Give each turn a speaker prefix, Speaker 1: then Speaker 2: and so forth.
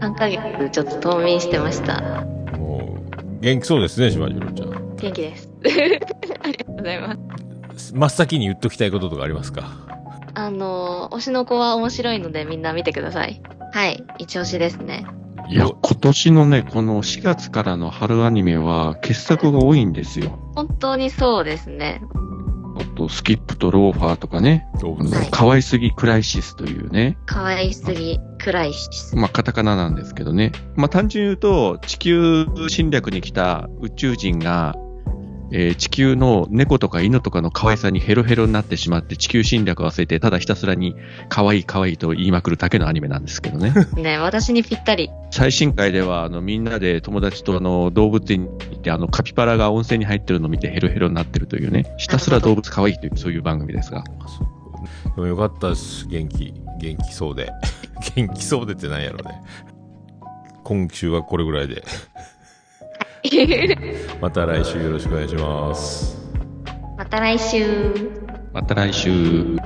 Speaker 1: 3ヶ月ちょっと冬眠してました。
Speaker 2: もう、元気そうですね、島次郎ちゃん。
Speaker 1: 元気 です。ありがとうございます。
Speaker 2: 真っ先に言っときたいこととかありますか
Speaker 1: あの、推しの子は面白いのでみんな見てください。はい、一押しですね。
Speaker 3: いや、
Speaker 2: よ
Speaker 3: 今年のね、この4月からの春アニメは傑作が多いんですよ。
Speaker 1: 本当にそうですね。
Speaker 3: あと、スキップとローファーとかね、
Speaker 2: 動
Speaker 3: あ
Speaker 2: 物
Speaker 3: の
Speaker 1: はい
Speaker 3: 可愛すぎクライシスというね、
Speaker 1: 可愛すぎ、暗いし。
Speaker 3: まあ、カタカナなんですけどね。まあ、単純に言うと、地球侵略に来た宇宙人が、えー地球の猫とか犬とかの可愛さにヘロヘロになってしまって、地球侵略を忘れて、ただひたすらに可愛い可愛いと言いまくるだけのアニメなんですけどね。
Speaker 1: ね、私にぴった り。
Speaker 3: 最新回では、あの、みんなで友達とあの、動物園に行って、あの、カピバラが温泉に入ってるのを見てヘロヘロになってるというね、ひたすら動物可愛いという、そういう番組ですが。
Speaker 2: でもよかったです。元気、元気そうで。 元気そうでってなんやろね。今週はこれぐらいで。また来週よろしくお願いします。
Speaker 1: また来週。
Speaker 3: また来週。